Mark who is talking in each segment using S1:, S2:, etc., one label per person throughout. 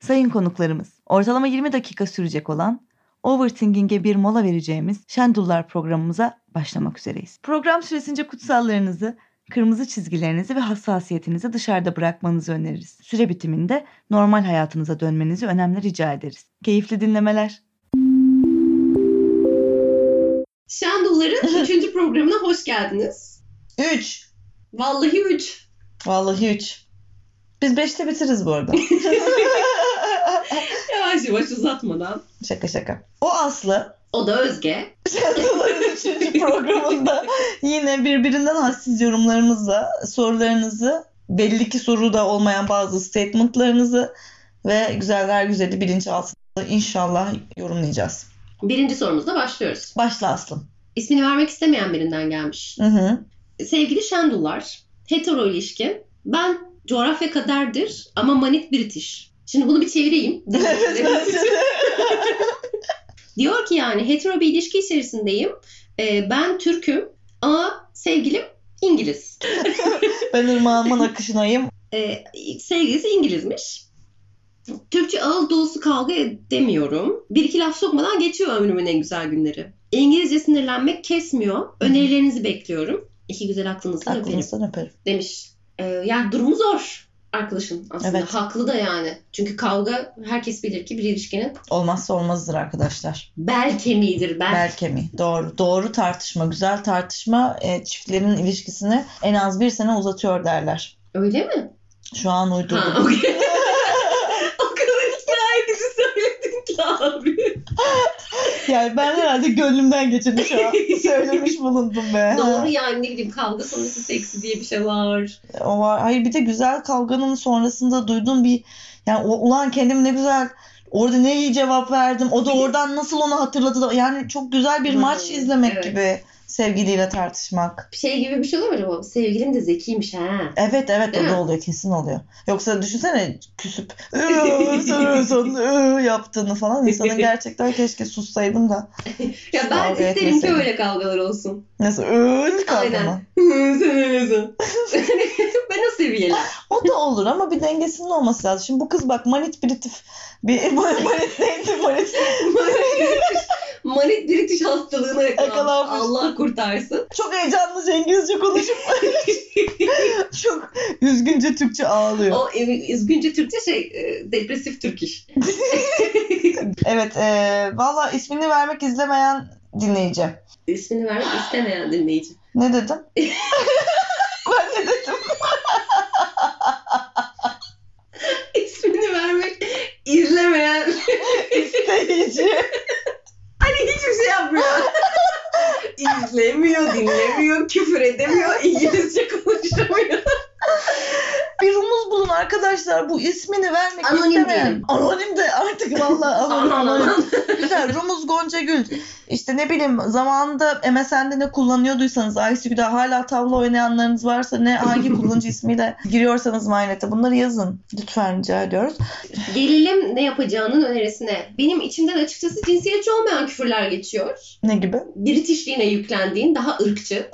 S1: Sayın konuklarımız, ortalama 20 dakika sürecek olan Overthinking'e bir mola vereceğimiz Şendullar programımıza başlamak üzereyiz. Program süresince kutsallarınızı, kırmızı çizgilerinizi ve hassasiyetinizi dışarıda bırakmanızı öneririz. Süre bitiminde normal hayatınıza dönmenizi önemli rica ederiz. Keyifli dinlemeler.
S2: Şendulların 3. programına hoş geldiniz.
S3: 3.
S2: Vallahi 3.
S3: Vallahi 3. Biz 5'te bitiririz bu arada.
S2: Yavaş yavaş uzatmadan.
S3: şaka şaka. O Aslı
S2: O da Özge.
S3: Şendoların 3. programında yine birbirinden hassiz yorumlarımızla sorularınızı belli ki soruda olmayan bazı statementlarınızı ve güzeller güzeli bilinçaltında inşallah yorumlayacağız.
S2: Birinci sorumuzla başlıyoruz.
S3: Başla Aslı.
S2: İsmini vermek istemeyen birinden gelmiş.
S3: Hı hı.
S2: Sevgili Şendullar, hetero ilişki. Ben coğrafya kaderdir ama manit British. Şimdi bunu bir çevireyim. Diyor ki yani hetero bir ilişki içerisindeyim. Ee, ben Türk'üm ama sevgilim İngiliz.
S3: ben ırmağımın akışınayım.
S2: Ee, sevgilisi İngilizmiş. Türkçe ağız dolusu kavga edemiyorum. Bir iki laf sokmadan geçiyor ömrümün en güzel günleri. İngilizce sinirlenmek kesmiyor. Önerilerinizi bekliyorum. İki güzel aklınızdan öperim
S3: Aklınızdan öperim.
S2: demiş. Ee, yani durumu zor arkadaşın aslında.
S3: Evet.
S2: Haklı da yani. Çünkü kavga herkes bilir ki bir ilişkinin
S3: Olmazsa olmazdır arkadaşlar.
S2: bel kemiğidir. Bel.
S3: Bel kemiği. Doğru. Doğru tartışma, güzel tartışma e, çiftlerin ilişkisini en az bir sene uzatıyor derler.
S2: Öyle mi?
S3: Şu an
S2: Ha,
S3: uydurdum.
S2: okey. o kadar ikna edici söyledin ki abi.
S3: yani ben herhalde gönlümden geçeni şu an söylemiş bulundum be.
S2: Doğru yani ne bileyim kavga sonrası seksi diye bir şey var.
S3: Ha, O var. Hayır bir de güzel kavganın sonrasında duyduğum bir yani o- ulan kendim ne güzel orada ne iyi cevap verdim. O da oradan nasıl onu hatırladı. da- Yani çok güzel bir
S2: Hmm,
S3: maç izlemek
S2: evet.
S3: gibi sevgiliyle tartışmak.
S2: şey gibi bir şey olur mu acaba? Sevgilim de zekiymiş ha.
S3: Evet evet
S2: Değil
S3: o
S2: mi?
S3: da oluyor kesin oluyor. Yoksa düşünsene küsüp "Iı, sonra sonra, ıı" yaptığını falan insanın gerçekten keşke sussaydım da.
S2: Ya ben
S3: Kavga
S2: isterim ki
S3: etmeseydin.
S2: öyle kavgalar olsun.
S3: Nasıl öl kaldı
S2: Aynen.
S3: mı?
S2: Sen öylesin. ben o seviyeli.
S3: O da olur ama bir dengesinin olması lazım. Şimdi bu kız bak manipülatif bir manit neydi manit
S2: Manit British hastalığına yakalanmış.
S3: Yakalanmış.
S2: Allah kurtarsın.
S3: çok heyecanlı İngilizce konuşup çok üzgünce Türkçe ağlıyor.
S2: O e, üzgünce Türkçe şey e, depresif Türk iş.
S3: Evet e, valla ismini vermek izlemeyen dinleyici.
S2: İsmini vermek istemeyen dinleyici.
S3: Ne dedim? ben ne dedim?
S2: İsmini vermek izlemeyen
S3: İsteyici.
S2: hiçbir şey yapmıyor. İzlemiyor, dinlemiyor, küfür edemiyor, İngilizce konuşamıyor.
S3: Bir umuz bulun arkadaşlar bu ismini vermek
S2: Anonim
S3: istemeyen.
S2: diyelim.
S3: Anonim de artık vallahi anonim.
S2: Aman
S3: anonim.
S2: aman.
S3: Güzel Rumuz Goncagül. İşte ne bileyim zamanında MSN'de ne kullanıyorduysanız ICQ'da hala tavla oynayanlarınız varsa ne hangi kullanıcı ismiyle giriyorsanız MyNet'e bunları yazın. Lütfen rica ediyoruz.
S2: Gelelim ne yapacağının önerisine. Benim içimden açıkçası cinsiyetçi olmayan küfürler geçiyor.
S3: Ne gibi?
S2: Britishliğine yüklendiğin daha ırkçı.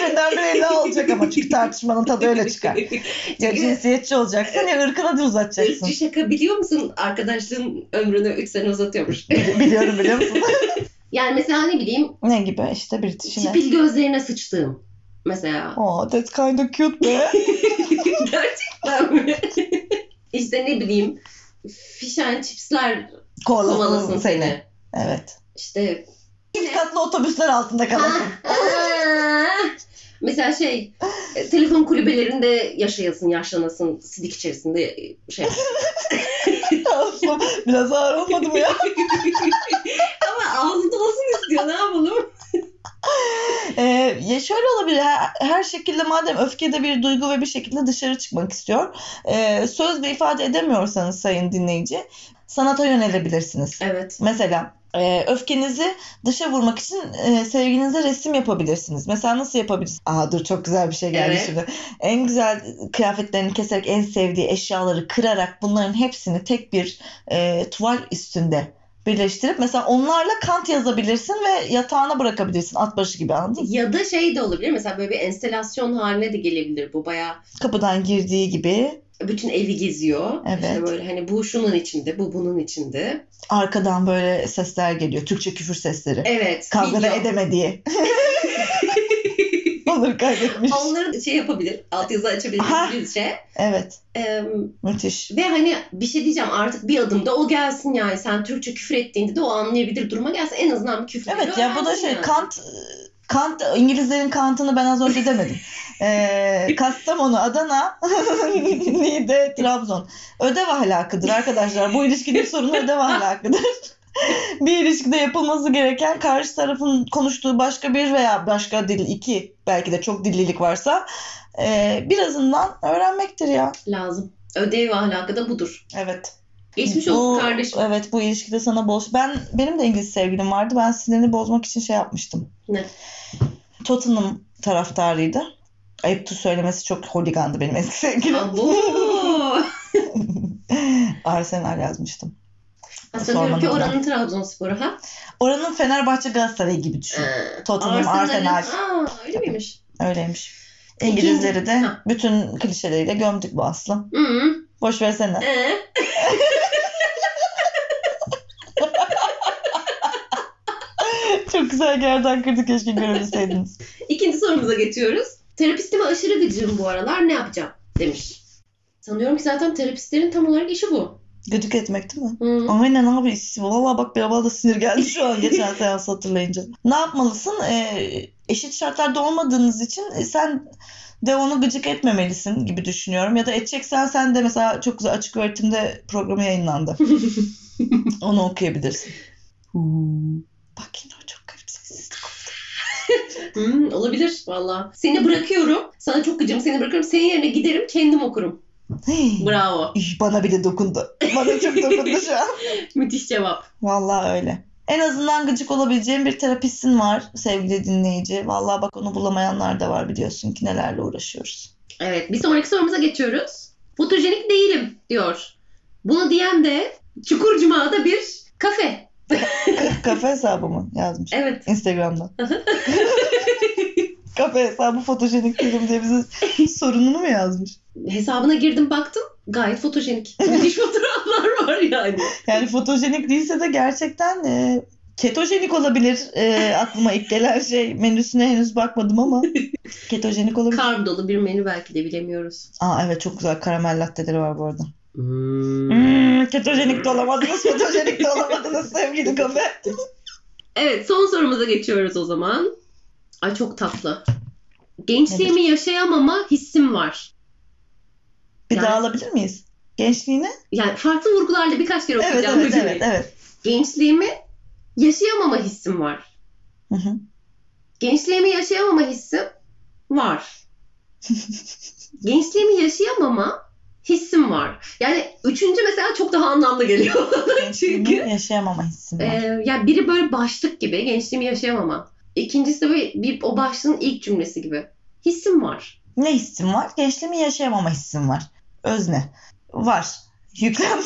S3: Birinden biri ele alacak ama çünkü tartışmanın tadı öyle çıkar. Ya cinsiyetçi olacaksın ya ırkına da uzatacaksın.
S2: Irkçı şaka biliyor musun? Arkadaşlığın ömrünü 3 sene uzatıyormuş.
S3: Biliyorum biliyor musun?
S2: yani mesela ne bileyim
S3: ne gibi işte bir tişine.
S2: çipil gözlerine sıçtığım. Mesela.
S3: Oh that's kind of cute be.
S2: Gerçekten mi? işte ne bileyim fish and chipsler kovalasın
S3: Kovalasın seni.
S2: seni.
S3: Evet.
S2: İşte "Ah,
S3: İlk katlı otobüsler altında kalan.
S2: Mesela şey e, telefon kulübelerinde yaşayasın, yaşlanasın, sidik içerisinde e, şey.
S3: Aslım, Biraz ağır olmadı mı ya?
S2: Ama ağzı dolsun istiyor ne yapalım?
S3: Ee, ya şöyle olabilir. Her, her şekilde madem öfkede bir duygu ve bir şekilde dışarı çıkmak istiyor. ee, sözle ifade edemiyorsanız sayın dinleyici sanata yönelebilirsiniz.
S2: Evet.
S3: Mesela e, öfkenizi dışa vurmak için e, sevgilinize resim yapabilirsiniz. Mesela nasıl yapabilirsiniz? Aa dur çok güzel bir şey geldi
S2: Evet.
S3: şimdi. En güzel kıyafetlerini keserek en sevdiği eşyaları kırarak bunların hepsini tek bir e, tuval üstünde birleştirip mesela onlarla kant yazabilirsin ve yatağına bırakabilirsin at başı gibi anladın mı?
S2: Ya da şey de olabilir mesela böyle bir enstelasyon haline de gelebilir bu bayağı.
S3: Kapıdan girdiği gibi
S2: Bütün evi geziyor.
S3: Evet.
S2: İşte böyle hani bu şunun içinde, bu bunun içinde.
S3: Arkadan böyle sesler geliyor. Türkçe küfür sesleri.
S2: Evet.
S3: Kavga da
S2: biliyor.
S3: edeme diye. Olur kaybetmiş.
S2: Onların şey yapabilir. Altyazı açabilir
S3: Aha.
S2: İngilizce.
S3: Evet.
S2: Ee,
S3: Müthiş.
S2: ve hani bir şey diyeceğim artık bir adımda o gelsin yani. Sen Türkçe küfür ettiğinde de o anlayabilir duruma gelsin. En azından bir küfür
S3: Evet ya bu da
S2: öğrensin
S3: şey
S2: yani.
S3: Kant Kant İngilizlerin Kant'ını ben az önce demedim. Ee, Kastamonu, Adana, Niğde, Trabzon. Ödev ahlakıdır arkadaşlar. Bu ilişkinin sorunu ödev ahlakıdır. bir ilişkide yapılması gereken karşı tarafın konuştuğu başka bir veya başka dil iki belki de çok dillilik varsa ee, birazından öğrenmektir ya.
S2: Lazım. Ödev ve ahlakı da budur.
S3: Evet.
S2: Geçmiş
S3: Bu-
S2: olsun kardeşim.
S3: Evet bu ilişkide sana boz. Ben benim de İngiliz sevgilim vardı. Ben sinirini bozmak için şey yapmıştım.
S2: Ne?
S3: Tottenham taraftarıydı. Ayıptır söylemesi çok holigandı benim eski sevgilim.
S2: Abo.
S3: Arsenal yazmıştım.
S2: Aslında diyorum ki
S3: Sormanın
S2: oranın Trabzonspor'u ha.
S3: Oranın Fenerbahçe Galatasaray gibi düşün.
S2: Ee,
S3: Şey, Tottenham,
S2: Arsenal'in-
S3: Arsenal.
S2: Aa, öyle miymiş?
S3: Öyleymiş. İngilizleri de
S2: E, Ha.
S3: bütün klişeleriyle gömdük bu aslı.
S2: Hı -hı.
S3: Boş versene.
S2: Ee?
S3: çok güzel gerdan kırdı keşke görebilseydiniz.
S2: İkinci sorumuza geçiyoruz. Terapistime aşırı gıcığım bu aralar ne yapacağım demiş. Sanıyorum ki zaten terapistlerin tam olarak işi bu. Hmm.
S3: Gıcık etmek değil mi?
S2: Hı.
S3: Aynen abi. Valla bak bir da sinir geldi şu an geçen seans hatırlayınca. Ne yapmalısın? Ee, eşit şartlarda olmadığınız için e, sen de onu gıcık etmemelisin gibi düşünüyorum. Ya da edeceksen sen de mesela çok güzel açık öğretimde programı yayınlandı. onu okuyabilirsin. Bak yine o çok garip sessizlik.
S2: Hı, olabilir valla. Seni bırakıyorum. Sana çok gıcığım seni bırakıyorum. Senin yerine giderim kendim okurum.
S3: Hey.
S2: Bravo.
S3: Üy, Bana bile dokundu. Bana çok dokundu şu an.
S2: Müthiş cevap.
S3: Vallahi öyle. En azından gıcık olabileceğin bir terapistin var sevgili dinleyici. Vallahi bak onu bulamayanlar da var biliyorsun ki nelerle uğraşıyoruz.
S2: Evet bir sonraki sorumuza geçiyoruz. Fotojenik değilim diyor. Bunu diyen de Çukur Cuma'da bir kafe.
S3: Kafe hesabı mı yazmış
S2: Evet.
S3: Instagram'da. Kafe hesabı fotojenik değilim diye bize sorununu mu yazmış?
S2: Hesabına girdim baktım. Gayet fotojenik. Müthiş fotoğraflar var yani.
S3: Yani fotojenik değilse de gerçekten e, ketojenik olabilir. E, aklıma ilk gelen şey menüsüne henüz bakmadım ama ketojenik olabilir.
S2: Karb dolu bir menü belki de bilemiyoruz.
S3: Aa evet çok güzel karamel latteleri var bu arada. Hmm, ketojenik de olamadınız, fotojenik de olamadınız sevgili kafe.
S2: Evet son sorumuza geçiyoruz o zaman. Ay çok tatlı. Gençliğimi yaşayamama hissim var.
S3: Bir
S2: Yani-
S3: daha alabilir miyiz? Gençliğini?
S2: Yani farklı vurgularla birkaç kere
S3: Evet,
S2: okuyacağım
S3: evet,
S2: bu cümleyi.
S3: evet, evet.
S2: Gençliğimi yaşayamama hissim var.
S3: Hı hı.
S2: Gençliğimi yaşayamama hissim var. Gençliğimi yaşayamama hissim var. Yani üçüncü mesela çok daha anlamlı geliyor.
S3: Gençliğini yaşayamama hissim var.
S2: Ee, yani biri böyle başlık gibi gençliğimi yaşayamama. İkincisi de böyle bir, o başlığın ilk cümlesi gibi. Hissim var.
S3: Ne hissim var? Gençliğimi yaşayamama hissim var. Özne. Var. Yüklem.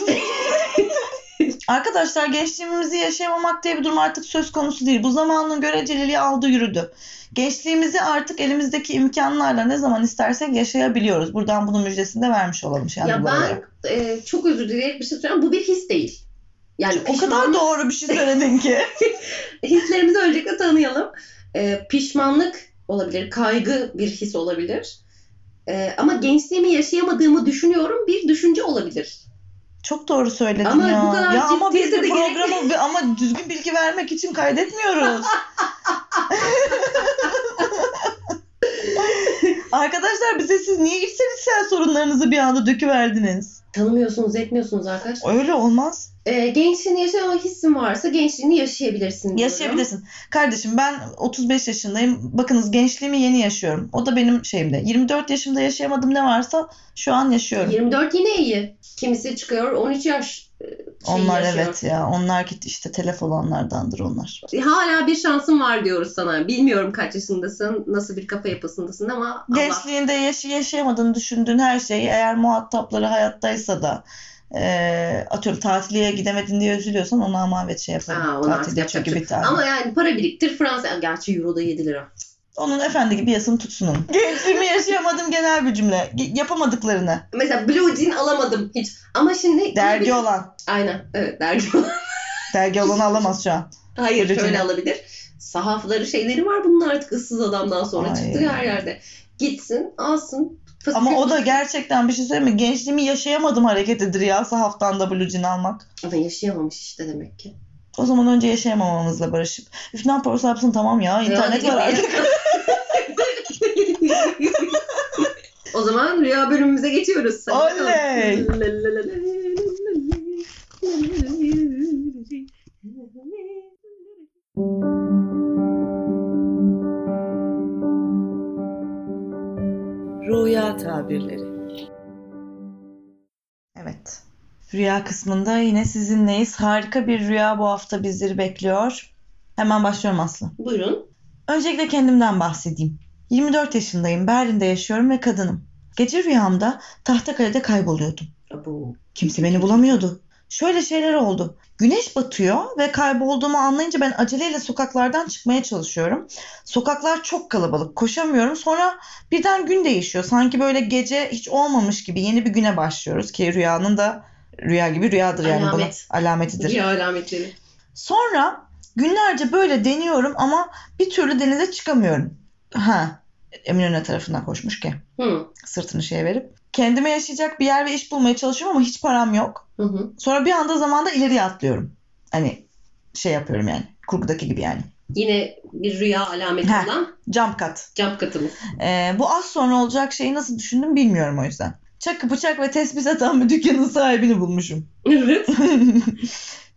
S3: Arkadaşlar gençliğimizi yaşayamamak diye bir durum artık söz konusu değil. Bu zamanın göreceliliği aldı yürüdü. Gençliğimizi artık elimizdeki imkanlarla ne zaman istersek yaşayabiliyoruz. Buradan bunun müjdesini de vermiş olalım. Şenol
S2: ya
S3: Bey'e.
S2: ben e, çok özür dileyerek bir şey söyleyeyim. Bu bir his değil. Yani
S3: O kadar
S2: pişmanlık-
S3: doğru bir şey söyledin ki.
S2: Hislerimizi öncelikle tanıyalım. Ee, pişmanlık olabilir, kaygı bir his olabilir. Ee, ama gençliğimi yaşayamadığımı düşünüyorum bir düşünce olabilir.
S3: Çok doğru söyledin
S2: Ama
S3: ya.
S2: bu kadar
S3: ya ama biz
S2: ciddiyete
S3: bu
S2: de gerek-
S3: programı ama düzgün bilgi vermek için kaydetmiyoruz. Arkadaşlar bize siz niye içsel sorunlarınızı bir anda döküverdiniz?
S2: Tanımıyorsunuz, etmiyorsunuz arkadaşlar.
S3: Öyle olmaz.
S2: Ee, gençliğini yaşayama hissin varsa gençliğini yaşayabilirsin. diyorum.
S3: Yaşayabilirsin. Kardeşim ben 35 yaşındayım. Bakınız gençliğimi yeni yaşıyorum. O da benim şeyimde. 24 yaşımda yaşayamadım ne varsa şu an yaşıyorum.
S2: 24 yine iyi. Kimisi çıkıyor 13 yaş e, şeyi
S3: onlar
S2: yaşıyor.
S3: evet ya. Onlar git işte telef olanlardandır onlar.
S2: Hala bir şansın var diyoruz sana. Bilmiyorum kaç yaşındasın, nasıl bir kafa yapısındasın ama Allah.
S3: Gençliğinde yaşı yaşayamadığını düşündüğün her şeyi eğer muhatapları hayattaysa da e, atıyorum tatiliye gidemedin diye üzülüyorsan ona aman ve şey yaparım.
S2: Ha, ona artık
S3: Tatilde
S2: yapacak
S3: çünkü
S2: çok-
S3: bir tane.
S2: Ama yani para biriktir Fransa. Gerçi Euro da 7 lira.
S3: Onun efendi gibi yasını tutsun onun. Gençliğimi yaşayamadım genel bir cümle. Ge- Yapamadıklarını.
S2: Mesela blue jean alamadım hiç. Ama şimdi...
S3: Dergi olan.
S2: Aynen. Evet dergi
S3: Dergi olanı alamaz şu an.
S2: Hayır
S3: Kırıcı
S2: şöyle
S3: mı?
S2: alabilir. Sahafları şeyleri var bunun artık ıssız adamdan sonra
S3: Ay.
S2: çıktı her yerde. Gitsin alsın. Fıstık-
S3: Ama o da gerçekten bir şey söyleyeyim mi? Gençliğimi yaşayamadım hareketidir ya sahaftan da blue jean almak.
S2: Ama yaşayamamış işte demek ki.
S3: O zaman önce yaşayamamamızla barışıp. Üf ne yaparsa yapsın tamam ya internet var artık.
S2: o zaman rüya bölümümüze geçiyoruz. Hadi bakalım.
S3: Oley!
S4: Rüya tabirleri.
S3: Evet. Rüya kısmında yine sizinleyiz. Harika bir rüya bu hafta bizleri bekliyor. Hemen başlıyorum Aslı.
S2: Buyurun.
S3: Öncelikle kendimden bahsedeyim. 24 yaşındayım, Berlin'de yaşıyorum ve kadınım. Gece rüyamda Tahtakale'de kayboluyordum.
S2: Abo.
S3: Kimse beni bulamıyordu. Şöyle şeyler oldu. Güneş batıyor ve kaybolduğumu anlayınca ben aceleyle sokaklardan çıkmaya çalışıyorum. Sokaklar çok kalabalık. Koşamıyorum. Sonra birden gün değişiyor. Sanki böyle gece hiç olmamış gibi yeni bir güne başlıyoruz ki rüyanın da rüya gibi rüyadır yani bunun
S2: Alamet.
S3: alametidir.
S2: Rüya alametleri.
S3: Sonra günlerce böyle deniyorum ama bir türlü denize çıkamıyorum. Ha, Eminönü tarafından koşmuş ki
S2: Hı.
S3: sırtını şeye verip. Kendime yaşayacak bir yer ve iş bulmaya çalışıyorum ama hiç param yok.
S2: Hı hı.
S3: Sonra bir anda zamanda ileriye atlıyorum. Hani şey yapıyorum yani. Kurgudaki gibi yani.
S2: Yine bir rüya alameti
S3: Ha.
S2: olan
S3: Jump cut.
S2: cam katımız.
S3: Ee, bu az sonra olacak şeyi nasıl düşündüm bilmiyorum o yüzden. Çakı bıçak ve tespih satan bir dükkanın sahibini bulmuşum.
S2: Evet.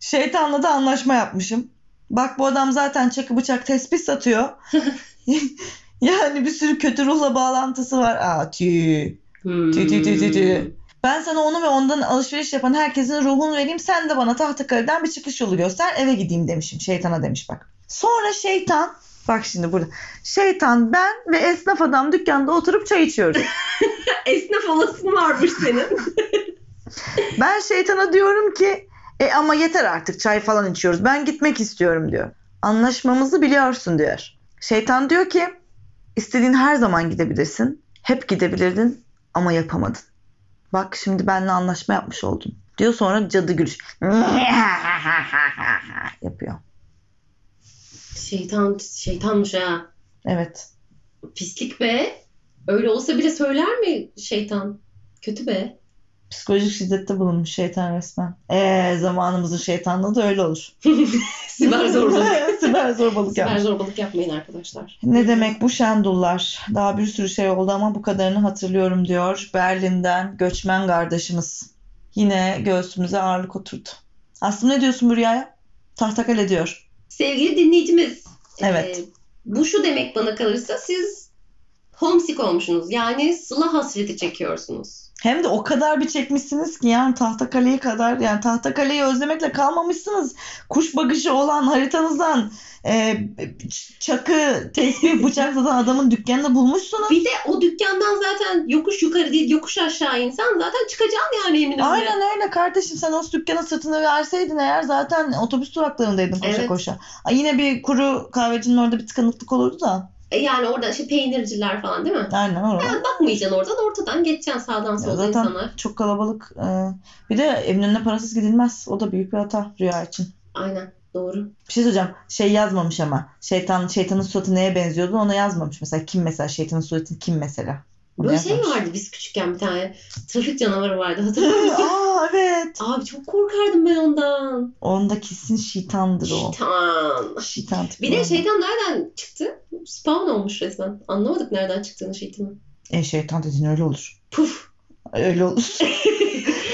S3: Şeytanla da anlaşma yapmışım. Bak bu adam zaten çakı bıçak tespih satıyor. yani bir sürü kötü ruhla bağlantısı var. Aa tüy.
S2: Hmm.
S3: Tü tü tü tü tü. Ben sana onu ve ondan alışveriş yapan herkesin ruhunu vereyim. Sen de bana Tahtakale'den bir çıkış yolu göster. Eve gideyim demişim. Şeytana demiş bak. Sonra şeytan bak şimdi burada. Şeytan ben ve esnaf adam dükkanda oturup çay içiyoruz.
S2: Esnaf olasın varmış senin.
S3: ben şeytana diyorum ki e ama yeter artık çay falan içiyoruz. Ben gitmek istiyorum diyor. Anlaşmamızı biliyorsun diyor. Şeytan diyor ki istediğin her zaman gidebilirsin. Hep gidebilirdin ama yapamadın. Bak şimdi benimle anlaşma yapmış oldun. Diyor sonra cadı gülüş. Yapıyor.
S2: Şeytan, şeytanmış ha.
S3: Evet.
S2: Pislik be. Öyle olsa bile söyler mi şeytan? Kötü be.
S3: Psikolojik şiddette bulunmuş şeytan resmen. Eee zamanımızın şeytanlığı da öyle olur.
S2: Siber zorbalık.
S3: Siber zorbalık
S2: Siber
S3: yapmış.
S2: zorbalık yapmayın arkadaşlar.
S3: Ne demek bu şendullar? Daha bir sürü şey oldu ama bu kadarını hatırlıyorum diyor Berlin'den göçmen kardeşimiz. Yine göğsümüze ağırlık oturdu. Aslım ne diyorsun bu rüyaya? Tahtakale diyor.
S2: Sevgili dinleyicimiz.
S3: Evet.
S2: e, bu şu demek bana kalırsa siz homesick olmuşsunuz. Yani sıla hasreti çekiyorsunuz.
S3: Hem de o kadar bir çekmişsiniz ki yani Tahtakale'yi kadar yani Tahtakale'yi özlemekle kalmamışsınız. Kuş bakışı olan haritanızdan e, ç- çakı, tespih, bıçak satan adamın dükkanını bulmuşsunuz.
S2: Bir de o dükkandan zaten yokuş yukarı değil yokuş aşağı insan zaten çıkacaksın yani eminim.
S3: Aynen öyle kardeşim sen o dükkanın sırtını verseydin eğer zaten otobüs duraklarındaydın koşa
S2: Evet.
S3: koşa. Ay yine bir kuru kahvecinin orada bir tıkanıklık olurdu da.
S2: E, Yani orada işte peynirciler falan değil mi?
S3: Aynen orada.
S2: Yani bakmayacaksın oradan ortadan geçeceksin sağdan soldan
S3: zaten
S2: insanlar.
S3: çok kalabalık. e, Bir de evin önüne parasız gidilmez. O da büyük bir hata rüya için.
S2: Aynen doğru.
S3: Bir şey söyleyeceğim. Şey yazmamış ama. Şeytan, şeytanın suratı neye benziyordu ona yazmamış. Mesela kim mesela şeytanın suratı kim mesela. Onu
S2: Böyle şey mi
S3: yazmamış.
S2: vardı biz küçükken bir tane trafik canavarı vardı hatırlıyor musun?
S3: Aa evet.
S2: Abi çok korkardım ben ondan.
S3: Onda kesin şeytandır o.
S2: Şeytan.
S3: Şeytan tipi
S2: Bir de şey
S3: var.
S2: şeytan nereden çıktı? Spawn olmuş resmen. Anlamadık nereden çıktığını şeytanın.
S3: E şeytan dediğin öyle olur.
S2: Puf.
S3: Öyle olur.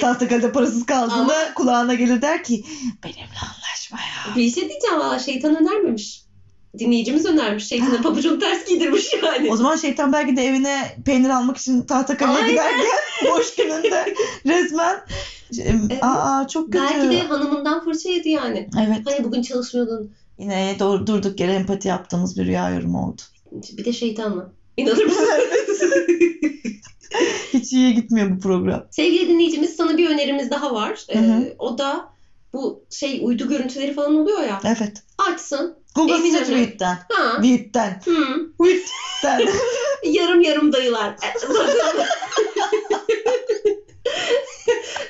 S3: Tahtakale'de parasız kaldığında kulağına gelir der ki benimle anlaşma ya.
S2: Bir şey diyeceğim valla şeytan önermemiş. Dinleyicimiz önermiş. Şeytana pabucunu ters giydirmiş yani.
S3: O zaman şeytan belki de evine peynir almak için Tahtakale'ye
S2: Aynen.
S3: giderken boş gününde resmen aa çok kötü.
S2: Belki de hanımından fırça yedi yani.
S3: Evet.
S2: Hani bugün çalışmıyordun.
S3: Yine doğru, durduk yere empati yaptığımız bir rüya yorumu oldu.
S2: Bir de şeytanla. İnanır mısın?
S3: Hiç iyiye gitmiyor bu program.
S2: Sevgili dinleyicimiz sana bir önerimiz daha var.
S3: Hı hı.
S2: Ee, o da bu şey uydu görüntüleri falan oluyor ya.
S3: Evet.
S2: Açsın.
S3: Google
S2: Eminim.
S3: size tweet'ten.
S2: Ha.
S3: Tweet'ten.
S2: Hı.
S3: Sen-
S2: Yarım yarım dayılar. Zaten-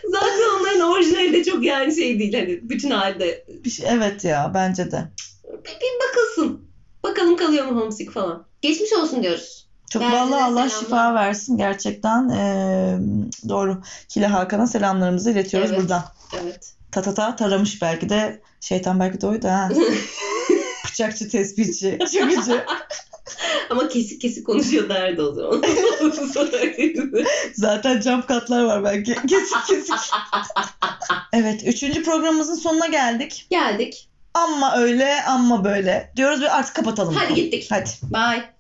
S2: Zaten onların orijinali de çok yani şey değil hani bütün halde.
S3: Bir şey- evet ya bence de.
S2: Bir, bir bakılsın. Bakalım kalıyor mu homesick falan. Geçmiş olsun diyoruz.
S3: Çok
S2: Bence de
S3: vallahi
S2: selamlar.
S3: Allah şifa versin gerçekten. Ee, doğru. Kile Hakan'a selamlarımızı iletiyoruz
S2: Evet.
S3: buradan.
S2: Evet.
S3: Ta ta ta taramış belki de. Şeytan belki de oydu ha. Bıçakçı, tespihçi, çıkıcı.
S2: Ama kesik kesik konuşuyor derdi o zaman.
S3: Zaten cam katlar var belki. Kesik kesik. evet. Üçüncü programımızın sonuna geldik.
S2: Geldik.
S3: Amma öyle amma böyle. Diyoruz ve artık kapatalım.
S2: Hadi gittik.
S3: Hadi.
S2: Bye.